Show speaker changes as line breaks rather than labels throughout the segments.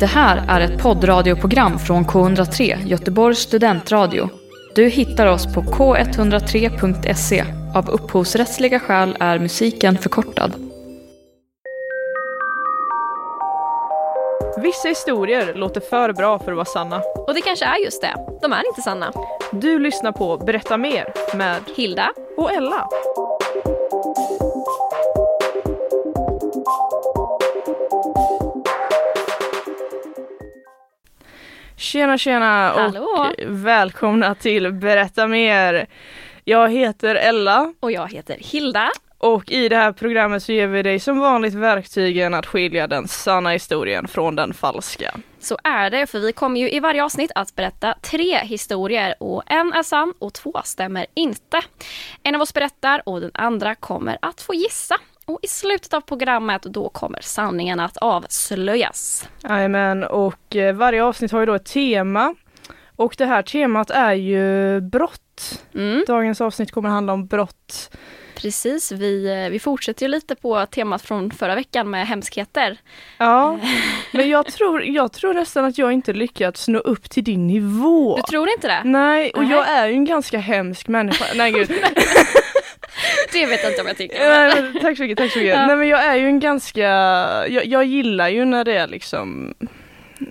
Det här är ett poddradioprogram från K103, Göteborgs studentradio. Du hittar oss på k103.se. Av upphovsrättsliga skäl är musiken förkortad.
Vissa historier låter för bra för att vara sanna.
Och det kanske är just det, de är inte sanna.
Du lyssnar på Berätta mer med
Hilda,
och Ella. Tjena tjena och
Hallå.
välkomna till Berätta mer. Jag heter Ella
och jag heter Hilda.
och i det här programmet så ger vi dig som vanligt verktygen att skilja den sanna historien från den falska.
Så är det, för vi kommer ju i varje avsnitt att berätta tre historier och en är sann och två stämmer inte. En av oss berättar och den andra kommer att få gissa. Och i slutet av programmet då kommer sanningen att avslöjas.
Jajamän, och eh, varje avsnitt har ju då ett tema och det här temat är ju brott.
Mm,
Dagens avsnitt kommer handla om brott.
precis, vi, vi fortsätter ju lite på temat från förra veckan med hemskheter.
Ja, men jag tror, jag tror nästan att jag inte lyckats nå upp till din nivå.
Du tror inte det?
Nej, och
Nej.
jag är ju en ganska hemsk människa. Nej gud.
Det vet jag inte om jag tycker.
Nej, men, tack så mycket, tack så mycket. Nej men jag är ju en ganska, jag, jag gillar ju när det är liksom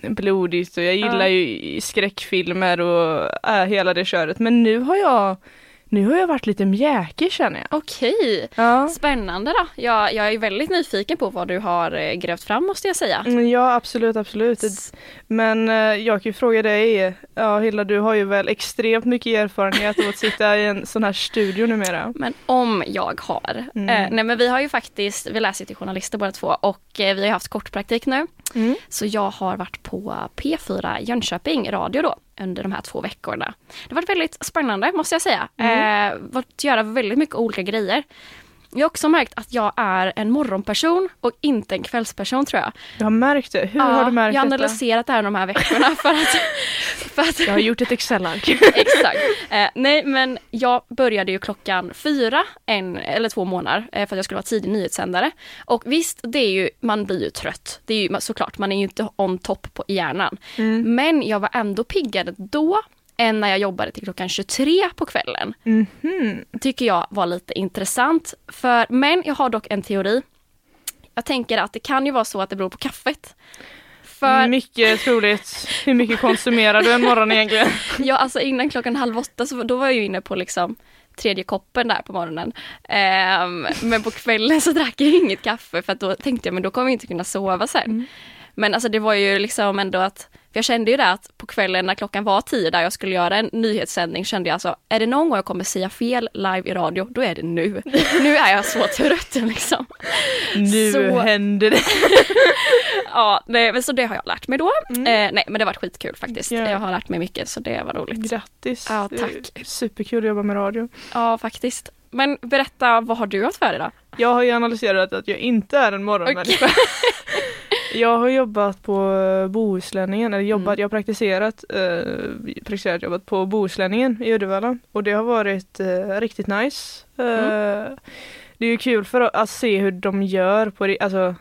blodigt och jag gillar
Ja.
ju i skräckfilmer och äh, hela det köret. Men nu har jag, nu har jag varit lite mjäkig känner jag.
Okej,
Ja.
Spännande då. Jag, jag är väldigt nyfiken på vad du har eh, grävt fram måste jag säga.
Mm, Ja absolut, absolut.
S-
Men eh, jag kan ju fråga dig, ja Hilda du har ju väl extremt mycket erfarenhet av att sitta i en sån här studio numera.
Men om jag har.
Mm.
Eh, nej men vi har ju faktiskt, vi läser ju till journalister båda två och eh, vi har ju haft kortpraktik nu.
Mm.
Så jag har varit på P4 Jönköping radio då under de här två veckorna. Det har varit väldigt spännande måste jag säga.
Mm.
Eh, varit göra väldigt mycket olika grejer. Jag har också märkt att jag är en morgonperson och inte en kvällsperson tror jag.
Jag har märkt det, hur
Ja,
har du märkt
jag har
detta?
analyserat det här de här veckorna för att, för att
Jag har gjort ett Excel-ark.
Exakt. Eh, nej men jag började ju klockan fyra, en eller två månader eh, för att jag skulle vara tidig nyhetssändare. Och visst, det är ju, man blir ju trött. Det är ju såklart, man är ju inte on top på i hjärnan. Men jag var ändå piggare då än när jag jobbade till klockan 23 på kvällen. Tycker jag var lite intressant. För, men jag har dock en teori. Jag tänker att det kan ju vara så att det beror på kaffet. För
Mycket troligt. Hur mycket konsumerar du en morgon egentligen?
Ja, alltså innan klockan halv åtta så då var jag ju inne på liksom tredje koppen där på morgonen. Ehm, men på kvällen så drack jag inget kaffe för att då tänkte jag men då kommer jag inte kunna sova sen. Men alltså det var ju liksom ändå att, för jag kände ju det att på kvällen när klockan var tio där jag skulle göra en nyhetssändning kände jag alltså, är det någon gång jag kommer säga fel live i radio, då är det nu. Nu är jag så trött liksom.
Nu
Så-
händer det.
Ja, nej, men så det har jag lärt mig då. Eh, nej, men det har varit skitkul faktiskt.
Ja.
Jag har lärt mig mycket så det var roligt.
Grattis.
Ja,
Det är
tack.
Superkul att jobba med radio.
Ja, faktiskt. Men berätta, vad har du haft för dig då?
Jag har ju analyserat att jag inte är en morgonmänniska. Jag har jobbat på eh, Bohuslänningen, eller jobbat,
Mm.
jag har praktiserat, eh, praktiserat, jobbat på Bohuslänningen i Uddevalla och det har varit eh, riktigt nice. Eh, Det är ju kul för att, att se hur de gör på det, alltså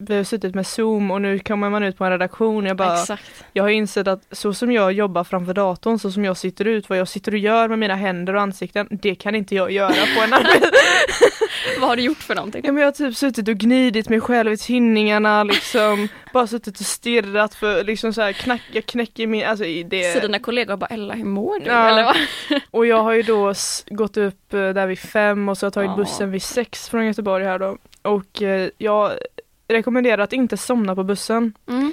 vi har suttit med zoom och nu kommer man ut på en redaktion jag bara,
Exakt.
jag har insett att så som jag jobbar framför datorn, så som jag sitter ut, vad jag sitter och gör med mina händer och ansikten, det kan inte jag göra på en arbets-
Vad har du gjort för någonting?
Ja, men jag har typ suttit och gnidit mig själv i tinningarna liksom, bara suttit och stirrat för liksom så här knack, jag knäcker min, alltså i
Så
det.
dina kollegor bara Ella hur mår du?
Ja.
Eller vad?
Och jag har ju då s- gått upp eh, där vid fem och så har jag tagit
Ja.
bussen vid sex från Göteborg här då. Och eh, jag rekommenderar att inte somna på bussen.
Mm.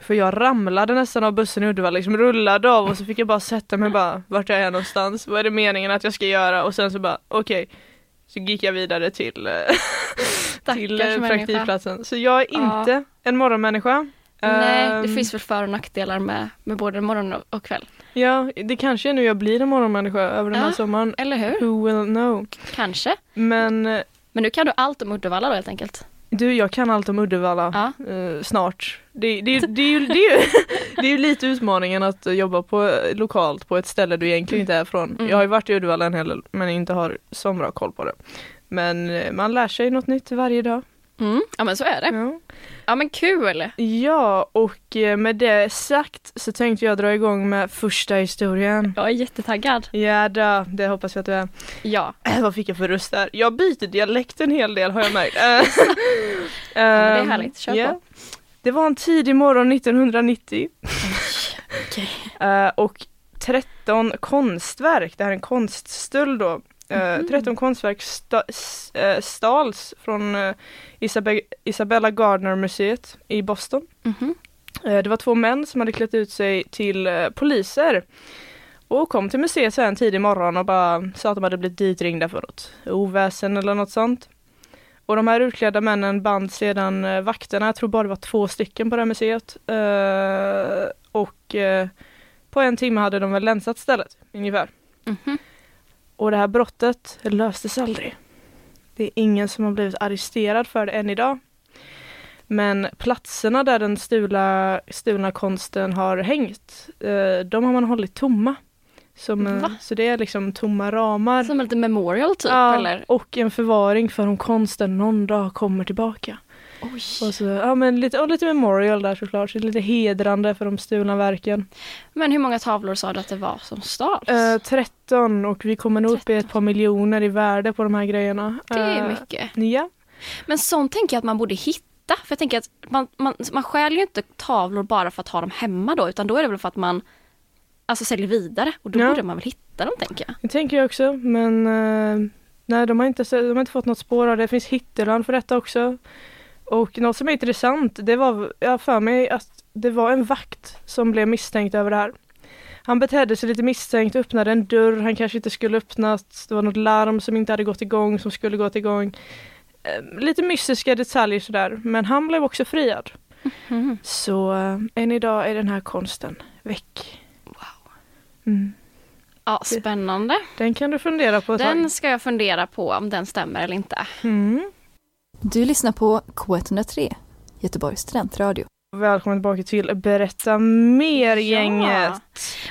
För jag ramlade nästan av bussen i Uddevalla, liksom rullade av och så fick jag bara sätta mig bara, vart är jag någonstans? Vad är det meningen att jag ska göra? Och sen så bara, okej. Så gick jag vidare till eh, till eh,
människa.
praktikplatsen. Så jag är
Ja.
inte en morgonmänniska.
Nej, det
Ehm,
finns väl för och nackdelar med, med både morgon och- och kväll.
Ja, det kanske är nu jag blir en morgonmänniska över den här
Ja.
sommaren.
Eller hur?
Who will know?
Kanske.
Men eh,
Men nu kan du allt om Uddevalla då helt enkelt.
du, jag kan allt om Uddevalla
Ja.
eh, snart. Det, det, det, det, är ju- det, är ju- det är ju lite utmaningen att jobba på, lokalt på ett ställe du egentligen inte är från.
Mm.
Jag har ju varit i Uddevalla en hel del men inte har så bra koll på det. Men eh, man lär sig något nytt varje dag.
Mm. Ja men så är det.
Ja.
Ja men kul!
ja, och eh, med det sagt så tänkte jag dra igång med första historien.
Jag är jättetaggad.
Ja, då, det hoppas jag att du är.
Ja.
Äh, Vad fick jag för röst där? Jag byter dialekt en hel del har jag märkt. Eh,
men det är
ehm,
härligt. Kör
ja.
på.
Det var en tidig morgon 1990
Okej.
Eh, och 13 konstverk, det här är en konststöld då, Eh,
Mhm.
13 konstverk sta- s- eh, stals från eh, Isabe- Isabella Gardner-museet i Boston.
Mhm.
Eh, Det var två män som hade klätt ut sig till eh, poliser och kom till museet så här en tidig morgon och bara sa att de hade blivit ditringda för något oväsen eller något sånt. Och de här utklädda männen band sedan eh, vakterna, jag tror bara det var två stycken på det här museet. Eh, Och eh, på en timme hade de väl länsat stället, ungefär.
Mhm.
Och det här brottet löstes aldrig. Det är ingen som har blivit arresterad för det än idag. Men platserna där den stulna, stulna konsten har hängt, eh, de har man hållit tomma. Som, eh,
Va?
så det är liksom tomma ramar.
Som en liten memorial typ
Ja,
eller?
Och en förvaring för om konsten någon dag kommer tillbaka.
Oj.
Och, så, ja, men lite, och lite memorial där såklart, så lite hedrande för de stulna verken.
Men hur många tavlor sa du att det var som stals?
Eh, 13 och vi kommer nog upp i ett par miljoner i värde på de här grejerna.
det är
Eh,
mycket.
Ja.
Men sånt tänker jag att man borde hitta. För jag tänker att man, man, man stjäl ju inte tavlor bara för att ha dem hemma då, utan då är det väl för att man alltså, säljer vidare. Och då
Ja.
borde man väl hitta dem tänker jag.
Det tänker jag också, men eh, nej, de har, inte, de har inte fått något spår av det. Det finns hitteland för detta också. Och något som är intressant, det var, jag har för mig att det var en vakt som blev misstänkt över det här. Han betedde sig lite misstänkt, öppnade en dörr han kanske inte skulle öppnat. Det var något larm som inte hade gått igång som skulle gått igång. Eh, Lite mystiska detaljer sådär, men han blev också friad. Så eh, än idag är den här konsten väck.
Wow.
Mm.
Ja, spännande.
Den kan du fundera på ett
Den ska jag fundera på om den stämmer eller inte.
tag. Mm.
Du lyssnar på K103, Göteborgs studentradio.
Välkommen tillbaka till Berätta mer gänget.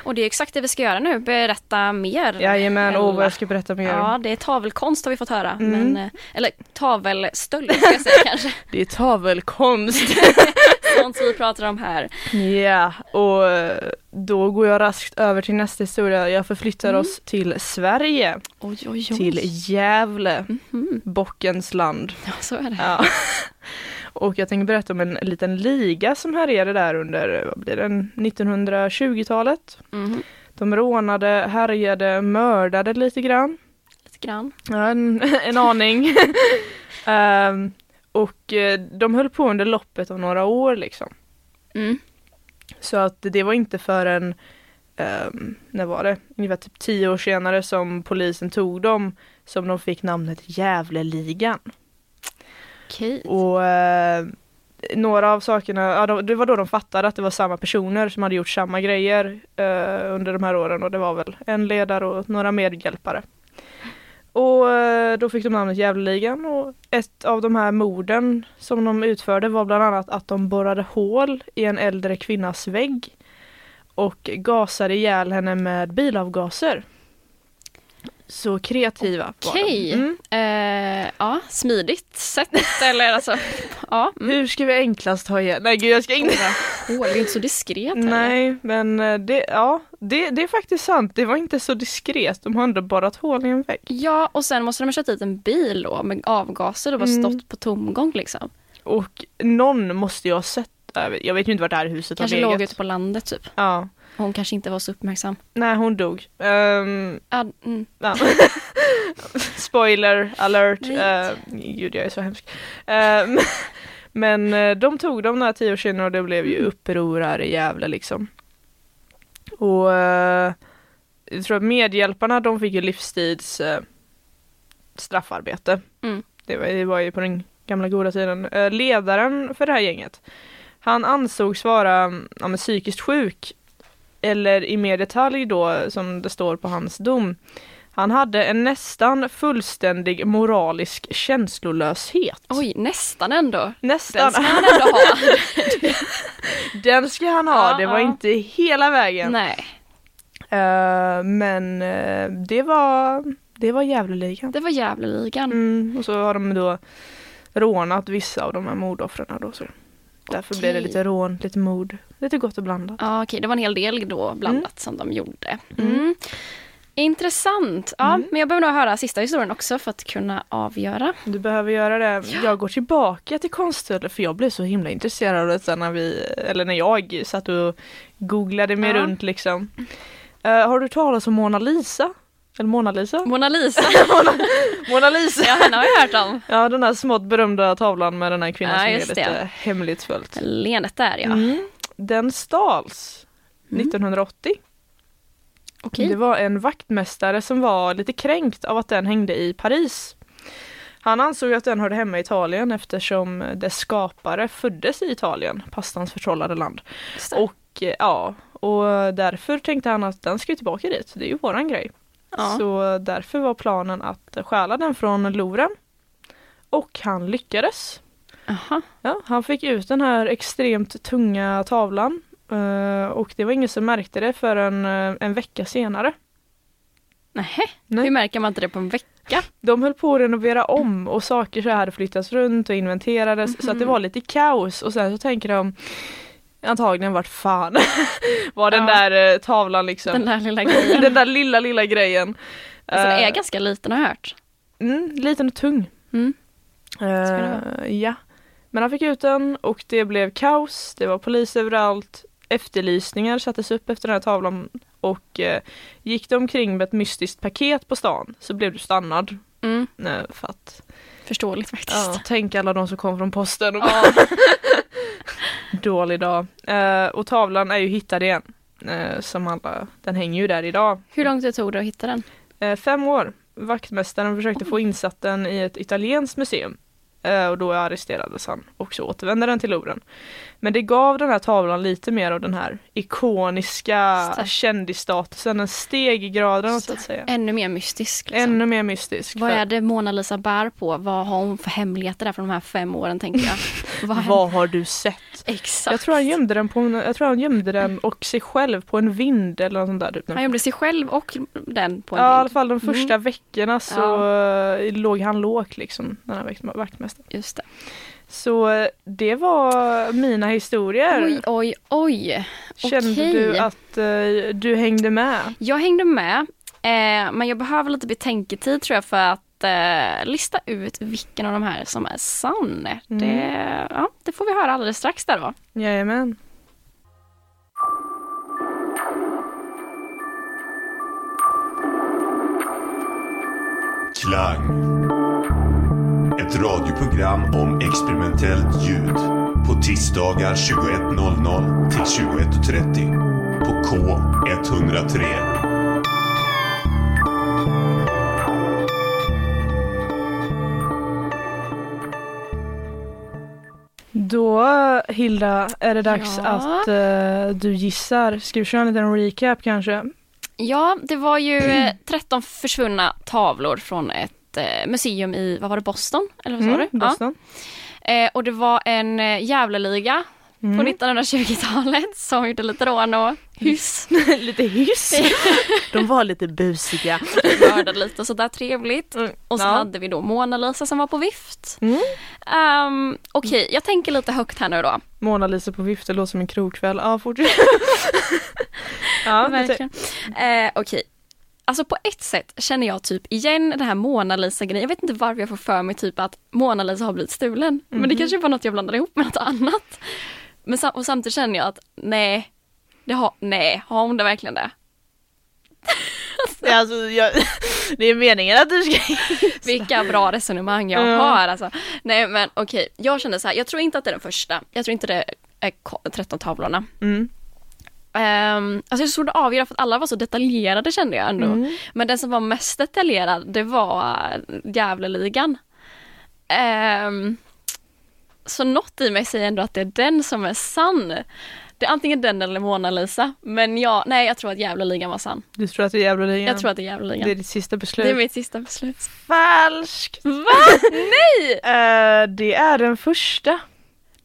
Och det är exakt det vi ska göra nu, berätta mer.
Jajamän, åh vad
Ella.
jag ska berätta mer.
Ja, det är tavelkonst har vi fått höra.
Mm.
Men, eh, eller tavelstöld ska jag säga kanske.
Det är tavelkonst.
Sånt som vi pratar om här.
ja, och eh, då går jag raskt över till nästa historia. Jag förflyttar
Mm.
oss till Sverige,
Oj, oj, oj.
till Gävle,
Mhm.
bockens land.
Ja, så är det.
Ja. Och jag tänker berätta om en liten liga som härjade där under, vad blir det, 1920-talet.
Mhm.
De rånade, härjade, mördade lite grann.
Lite grann.
Ja, en, en aning. Ehm, och eh, de höll på under loppet av några år liksom.
Mm.
Så att det var inte förrän, ehm, när var det, ungefär typ tio år senare som polisen tog dem som de fick namnet Gävleligan.
Okej.
Och eh, några av sakerna, ja, de, det var då de fattade att det var samma personer som hade gjort samma grejer eh, under de här åren och det var väl en ledare och några medhjälpare. Och eh, då fick de namnet Gävleligan och ett av de här morden som de utförde var bland annat att de borrade hål i en äldre kvinnas vägg och gasade ihjäl henne med bilavgaser. Så kreativa var de.
Okej.
Mm.
Eh, ja, smidigt sätt eller alltså. Ja. Mm.
Hur ska vi enklast ha ihjäl? Nej gud jag ska inte
Åh, det är inte så diskret heller.
Nej, men eh, det, ja, det, det är faktiskt sant. Det var inte så diskret. De har ändå borrat hål i en vägg.
Ja, och sen måste de ha kört dit en bil då med avgaser och bara
Mm.
stått på tomgång liksom. Och
Någon måste jag ha sett. Jag vet- Jag vet ju inte vart det här huset
kanske
har legat.
låg ute på landet typ.
Ja.
Hon kanske inte var så uppmärksam.
Nej, hon dog. Ehm,
Ja, mm.
ja. Spoiler alert.
Nej.
Ehm, gud, jag är så hemsk. Ehm, men eh, de tog dem några tio år senare och det blev ju uppror här i Gävle liksom. Och eh, jag tror att medhjälparna de fick ju livstids eh, straffarbete.
Mm.
Det, var, det var ju på den gamla goda tiden. Eh, ledaren för det här gänget, han ansågs vara ja, men, psykiskt sjuk. Eller i mer detalj då, som det står på hans dom. Han hade en nästan fullständig moralisk känslolöshet.
Oj, nästan ändå. Den
Nästan.
ska han ändå ha.
Den ska han ha,
Ja,
det var
ja.
inte hela vägen.
Nej,
Eh, men eh, det var, det var Gävleligan.
det var Gävleligan.
Mm, och så har de då rånat vissa av de här mordoffren då. Så därför blir det
Okej.
lite rån, lite mord, lite gott och blandat.
Ja, okej, det var en hel del då blandat
Mm.
som de gjorde.
Mm.
Mm. Intressant. Ja, men jag behöver nog höra sista historien också för att kunna avgöra.
Du behöver göra det. Jag går tillbaka till konstnärer för jag blev så himla intresserad av detta när vi, eller när jag satt och googlade mig
Ja.
runt liksom. Eh, har du talat om Mona Lisa? Eller Mona Lisa?
Mona Lisa.
Mona Lisa!
ja, henne har jag hört om.
Ja den här smått berömda tavlan med den här kvinnan
Ja,
som är
just
lite
det.
hemligt följt.
Leendet där ja.
Mm. Den stals 1980.
Mm. Okej.
Det var en vaktmästare som var lite kränkt av att den hängde i Paris. Han ansåg att den hörde hemma i Italien eftersom dess skapare föddes i Italien, pastans förtrollade land.
Just det.
Och eh, ja, och därför tänkte han att den ska ju tillbaka dit, det är ju våran grej.
Ja.
Så därför var planen att stjäla den från Louvren. Och han lyckades.
Aha.
Ja, han fick ut den här extremt tunga tavlan eh, och det var ingen som märkte det förrän eh, en vecka senare.
Nähä.
Nej.
Hur märker man inte det på en vecka?
De höll på att renovera om och saker så här hade flyttats runt och inventerades så att det
Mhm.
var lite kaos och sen så tänker de antagligen vart fan var den
Ja.
där eh, tavlan liksom. Den
Den där lilla
där,
grejen.
lilla lilla grejen.
Alltså, den
Eh,
är ganska liten har jag hört.
mm, liten och tung.
Mm. det
Eh, ja. Men han fick ut den och det blev kaos, det var polis överallt, efterlysningar sattes upp efter den här tavlan och eh, gick du omkring med ett mystiskt paket på stan så blev du stannad.
Mm.
Nej, för att,
Förståeligt faktiskt.
ja, tänk alla de som kom från posten och
Ja.
dålig dag. Eh, och tavlan är ju hittad igen. Eh, som alla, den hänger ju där idag.
Hur långt det tog det att hitta den?
Eh, fem år. Vaktmästaren försökte få insatt den i ett italienskt museum. Eh, och då arresterades han och så återvände den till Louvren. Men det gav den här tavlan lite mer av den här ikoniska
Stack.
kändisstatusen, en steg i graden så att säga.
Ännu mer mystisk. Liksom.
Ännu mer mystisk.
Vad
för-
är det Mona Lisa bär på? Vad har hon för hemligheter där från de här fem åren tänker jag? Vad har hänt?
vad har du sett?
Exakt.
Jag tror han gömde den på en, jag tror han gömde den och sig själv på en vind eller något sånt där. Typ.
Han gömde sig själv och den på en Mm.
ja, i alla
bild.
fall de första veckorna så eh, låg han lågt liksom, den här vakt- vaktmästaren.
Just det.
Så eh, det var mina historier.
Oj, oj, oj.
Kände
okej.
du att eh, du hängde med?
Jag hängde med, eh, men jag behöver lite betänketid tror jag för att eh, lista ut vilken av de här som är sann. Det, ja, det får vi höra alldeles strax där då.
Jajamän.
Klang. Ett radioprogram om experimentellt ljud. På tisdagar 21.00 till 21.30. På K103.
Då eh, Hilda är det dags
Ja.
att eh, du gissar. Ska vi köra en liten recap kanske?
Ja, det var ju eh, 13 försvunna tavlor från ett eh, museum i, vad var det, Mm, Boston? Eller vad sa du? Ja.
Mm, Boston.
Eh, och det var en eh, Gävleliga
Mm.
på 1920-talet som gjorde lite rån och hyss.
lite hyss. de var lite busiga.
Mördade lite och sådär trevligt.
Mm.
Och så
Ja.
hade vi då Mona Lisa som var på vift.
Mm.
Um, Okej, jag tänker lite högt här nu då.
Mona Lisa på vift, det låter som en krogkväll. Ja, fortsätt. ja,
Verkligen. Eh, Okej. Alltså på ett sätt känner jag typ igen den här Mona Lisa-grejen. Jag vet inte varför jag får för mig typ att Mona Lisa har blivit stulen. Men det kanske var något jag blandade ihop med något annat. Men sam- och samtidigt känner jag att nej, det har, nej, har hon det verkligen det?
Det är, alltså, jag, det är meningen att du ska...
Vilka bra resonemang jag
Ja.
har alltså. Nej men okej, jag känner så här, jag tror inte att det är den första. Jag tror inte det är ko- 13 tavlorna.
Mm.
Um, alltså jag såg det avgöra för att alla var så detaljerade kände jag ändå.
Mm.
Men den som var mest detaljerad det var eh, Gävleligan. Ehm, så något i mig säger ändå att det är den som är sann. Det är antingen den eller Mona Lisa. Men jag, nej jag tror att Gävleligan var sann.
Du tror att det är Gävleligan?
Jag tror att det är Gävleligan.
det är
Det,
ditt sista beslut.
är mitt sista beslut.
Falskt!
Va?
Eh, det är den första.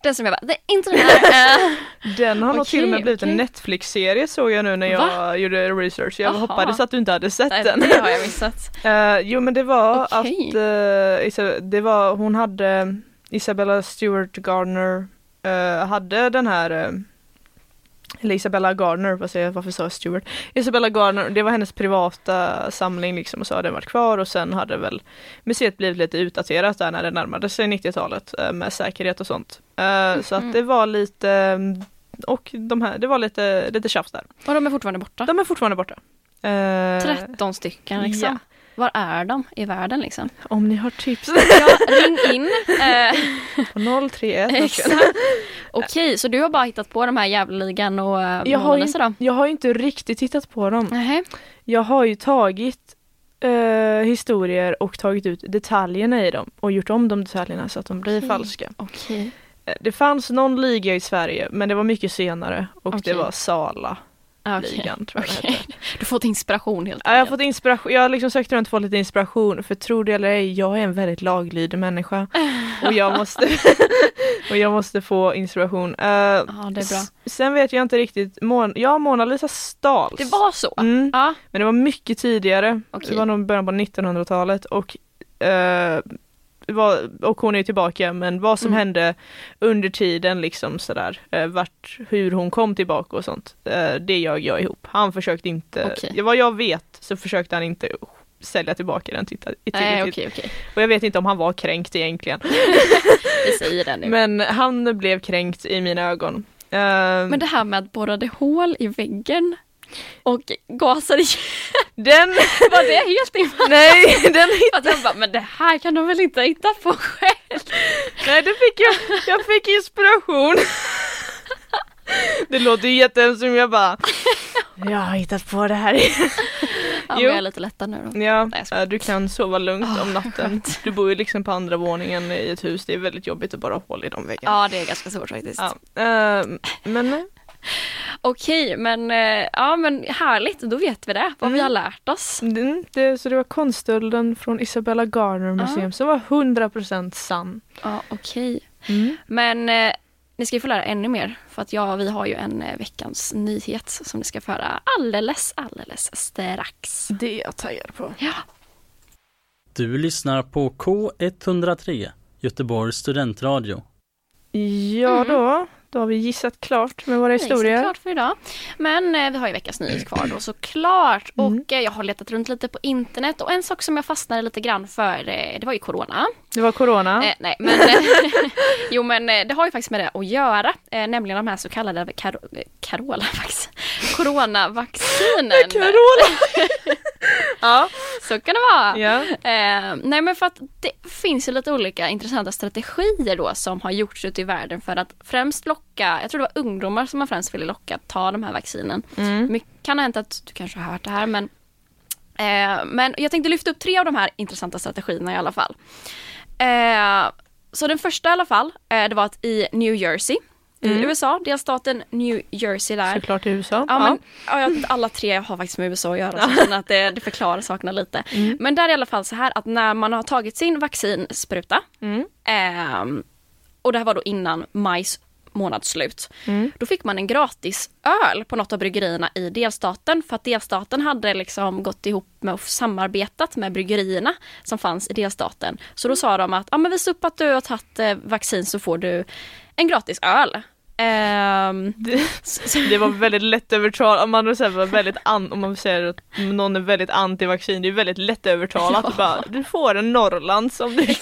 Den som jag bara, det är inte den här. Eh,
Den har nog
Okej,
till och med blivit en
okej.
Netflix-serie såg jag nu när jag
Va?
gjorde research. Jag
Aha.
hoppades att du inte hade sett
nej,
den.
det har jag missat.
Eh, jo men det var
Okej.
att eh, Isa- det var, hon hade Isabella Stewart Gardner eh, hade den här eh, eller Isabella Gardner, vad säger jag, varför sa jag Stewart? Isabella Gardner, det var hennes privata samling liksom och så har den varit kvar och sen hade väl museet blivit lite utdaterat där när det närmade sig 90-talet eh, med säkerhet och sånt. Eh, Så att det var lite mm, och de här, det var lite, lite tjafs där.
Och de är fortfarande borta.
De är fortfarande borta. Eh,
13 stycken liksom.
ja.
Var är de i världen liksom?
Om ni har tips
Ja, ring in. Eh,
på 031.
exakt. Okej, så du har bara hittat på de här jävligan och eh,
Jag har, ju,
Monas då?
jag har ju inte riktigt tittat på dem.
Nähä.
Jag har ju tagit eh, historier och tagit ut detaljerna i dem och gjort om de detaljerna så att de blir
Okej.
falska.
Okej.
Eh, Det fanns någon liga i Sverige men det var mycket senare och
Okej.
det var Sala-ligan
Ah, Okej.
tror jag
Okej.
okay.
Du har fått inspiration helt
Ja, jag har fått inspiration, jag har liksom sökt runt och fått lite inspiration för tro det eller ej, jag är en väldigt laglydig människa och jag måste, och jag måste få inspiration. Eh,
Ja, det är bra.
s- Sen vet jag inte riktigt, Mon- ja Mona Lisa stals.
Det var så?
Mm.
Ja.
Men det var mycket tidigare,
Okej.
det var nog början på 1900-talet och, eh, det var, och hon är ju tillbaka men vad som
Mm.
hände under tiden liksom sådär, eh, vart, hur hon kom tillbaka och sånt, eh, det jag jag ihop. Han försökte inte,
Okej.
vad jag vet så försökte han inte sälja tillbaka den titta, i
Nej,
tillräckligt.
okej, okej.
Och jag vet inte om han var kränkt egentligen.
Vi säger det nu. Men,
Men han blev kränkt i mina ögon. Eh,
det här med att borra det hål i väggen och gasade igen.
den,
Var det helt i
nej, den
Att jag bara, men det här kan de väl inte hitta på själv?
Nej, det fick jag. Jag fick inspiration. Det låter ju jättehemskt men jag bara Jag har hittat på det här.
Ja, men
Jo.
jag är lite lättad nu då.
Ja,
Nej, jag skojar.
eh, du kan sova lugnt om
Ah,
natten.
skönt.
Du bor ju liksom på andra våningen i ett hus. Det är väldigt jobbigt att bara ha hål i de väggarna.
Ja, det är ganska svårt faktiskt.
Ja, eh, men nej.
Okej, men, eh, ja, men härligt, då vet vi det, vad vi har lärt oss.
Mm, det, så det var konststölden från Isabella Garner Museum som var 100% sann.
Ja, okej.
Mm.
Men eh, ni ska ju få lära ännu mer, för att jag, vi har ju en eh, veckans nyhet som ni ska få höra alldeles, alldeles strax.
Det är jag taggad på.
Ja.
Du lyssnar på K103, Göteborgs studentradio.
Ja då, då har vi gissat Mm. klart med våra
Nej,
historier.
såklart för idag. Men eh, vi har ju veckans nyhet kvar då såklart. Och eh, jag har letat runt lite på internet och en sak som jag fastnade lite grann för, eh, det var ju corona.
Det var corona.
Eh, nej, men, eh, jo men eh, det har ju faktiskt med det att göra, eh, nämligen de här så kallade kar- eh, Carola-vax- coronavaccinen.
Corona! ja.
Så kan det vara.
ja.
Eh, nej men för att det finns ju lite olika intressanta strategier då som har gjorts ute i världen för att främst locka, jag tror det var ungdomar som man främst ville locka att ta de här vaccinen. Mycket kan ha hänt att du kanske har hört det här men eh, Men jag tänkte lyfta upp tre av de här intressanta strategierna i alla fall. Eh, så den första i alla fall, eh, det var att i New Jersey i USA, delstaten New Jersey där.
Såklart i USA.
Ja, men, ja. jag- alla tre har faktiskt med USA att göra, så jag känner att det, det förklarar sakerna lite. Men där är i alla fall så här att när man har tagit sin vaccinspruta, ehm, och det här var då innan majs månads slut, då fick man en gratis öl på något av bryggerierna i delstaten för att delstaten hade liksom gått ihop med och samarbetat med bryggerierna som fanns i delstaten. Så då sa de att ah, men visa upp att du har tagit eh, vaccin så får du en gratis öl. Ehm,
Det, det var väldigt lättövertalat, om man säger var väldigt an, om man säger att någon är väldigt antivaccin, det är väldigt lättövertalat.
Ja.
Bara, du får en Norrland som du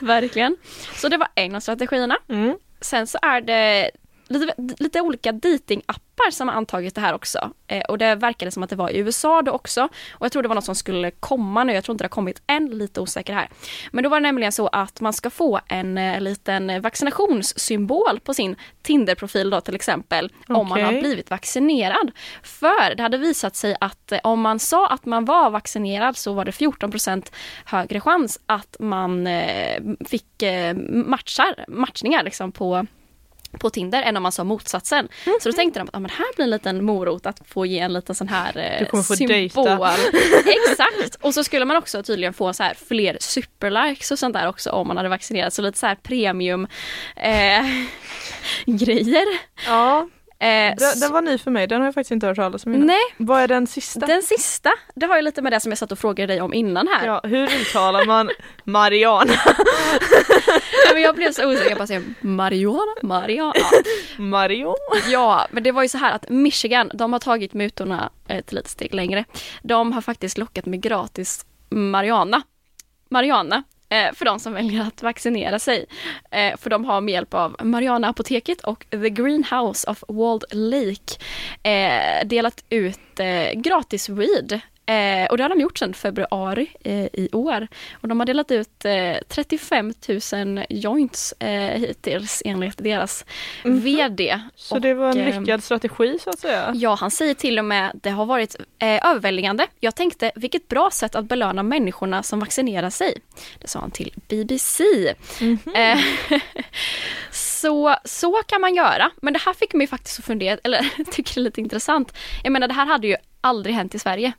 Verkligen. Så det var en av strategierna.
Mm.
Sen så är det lite, lite olika datingappar som har antagit det här också. Eh, och det verkade som att det var i USA då också. Och jag tror det var något som skulle komma nu. Jag tror inte det har kommit än, lite osäker här. Men då var det nämligen så att man ska få en eh, liten vaccinationssymbol på sin Tinder-profil då till exempel. Om man har
Okej.
blivit blivit vaccinerad. För det hade visat sig att eh, om man sa att man var vaccinerad så var det 14 högre chans att man eh, fick eh, matchar, matchningar liksom på på Tinder än om man sa motsatsen. Så
Mhm.
då tänkte de att ah, men här blir en liten morot att få ge en liten sån här eh,
Du kommer få
symbol.
dejta.
Exakt! Och så skulle man också tydligen få så här fler superlikes och sånt där också om man hade vaccinerat. Så lite så här premium eh, grejer.
Ja,
Eh,
Den, den var ny för mig, den har jag faktiskt inte hört talas om innan.
nej,
Vad är den sista?
den sista, det har ju lite med det som jag satt och frågade dig om innan här.
Ja, hur uttalar man Mariana?
Men jag blev så osäker, jag bara säger Mariana, Mariana. Ja.
Marion?
Ja, men det var ju så här att Michigan, de har tagit mutorna eh, till ett steg längre. De har faktiskt lockat med gratis Mariana. Mariana, eh, för de som väljer att vaccinera sig. Eh, för de har med hjälp av Mariana-apoteket och The Greenhouse of Walled Lake eh, delat ut eh, gratis weed. Eh, och det har de gjort sedan februari eh, i år. Och de har delat ut eh, 35 000 joints eh, hittills enligt deras VD.
Mhm. Så det var en
Och, ehm,
lyckad strategi så att säga.
Ja, han säger till och med det har varit eh, överväldigande. Jag tänkte vilket bra sätt att belöna människorna som vaccinerar sig. Det sa han till BBC.
Mm-hmm. Hmm.
Eh, så, så kan man göra. Men det här fick mig faktiskt att fundera, eller jag tycker det är lite intressant. Jag menar det här hade ju aldrig hänt i Sverige.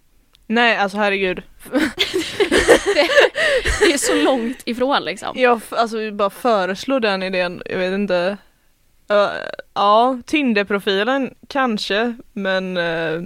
Nej, alltså herregud.
Det är så långt ifrån liksom.
Jag f- alltså, jag bara föreslår den idén, jag vet inte. Ö, ja, Tinder-profilen kanske, men eh,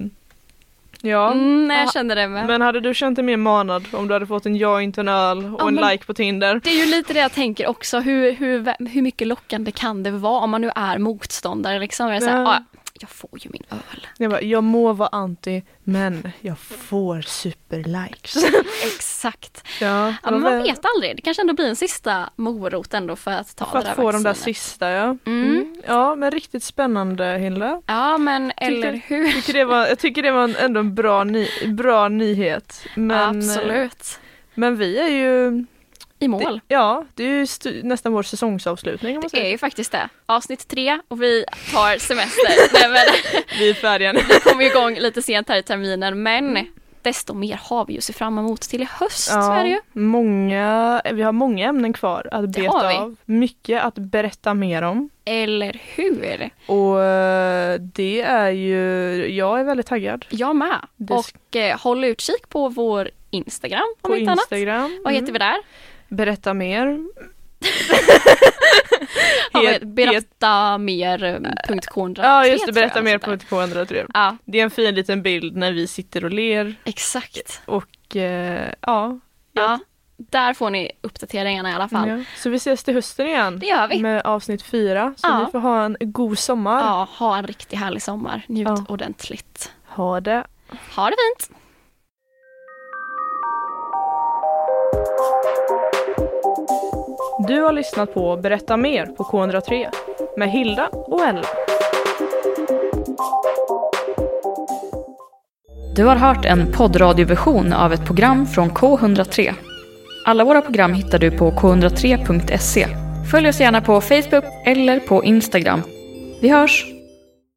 ja.
Mm, nej, jag känner det med.
Men hade du känt dig mer manad om du hade fått en ja, inte en öl och
Ja,
en
men-
like på Tinder?
Det är ju lite det jag tänker också, hur, hur, hur mycket lockande kan det vara om man nu är motståndare liksom? Jag, är så här,
Ja.
"Ah, ja, jag får ju min öl.
Jag, bara, jag må vara anti, men jag får superlikes.
Exakt.
ja,
Ja, men man vet aldrig. Det kanske ändå blir en sista morot ändå för att ta
För
det där
att få de där
vaccinet.
sista ja.
Mm.
Ja men riktigt spännande Hilda.
Ja, men eller hur?
Jag tycker det var, jag tycker det var en, ändå en bra, ny, bra nyhet. Men, eh,
Absolut.
men vi är ju
I
det,
mål.
Ja, det är ju stu, nästan vår säsongsavslutning om man
Det är
säger.
ju faktiskt det. Avsnitt tre och vi tar semester. Nej, men,
Vi är färdiga nu.
vi kommer ju igång lite sent här i terminen
Mm.
men desto mer har vi ju att se fram emot till i höst. Så är det ju.
många, vi har många ämnen kvar att
Det har vi.
beta av. Mycket att berätta mer om.
Eller hur?
Och eh, det är ju, jag är väldigt taggad.
Jag med.
Det sk-
Och eh, håll utkik på vår Instagram om
På
inte annat.
Instagram. Mm.
Vad heter vi där?
Berätta mer.
Ja,
Het-
men berätta mer. eh, punkt kondra-
Ja just det,
tror jag,
berätta
något
mer
sånt alltså där.
på 203.
Ja,
Det är en fin liten bild när vi sitter och ler
exakt.
och eh, ja.
Ja, där får ni uppdateringarna i alla fall.
ja. Så vi ses till hösten igen
Det gör vi.
med avsnitt fyra. Så
Ja.
ni får ha en god sommar.
Ja, ha en riktigt härlig sommar. Njut
Ja.
ordentligt.
Ha det.
Ha det fint!
Du har lyssnat på Berätta mer på K103 med Hilda och Ella.
Du har hört en poddradioversion av ett program från K103. Alla våra program hittar du på k103.se. Följ oss gärna på Facebook eller på Instagram. Vi hörs!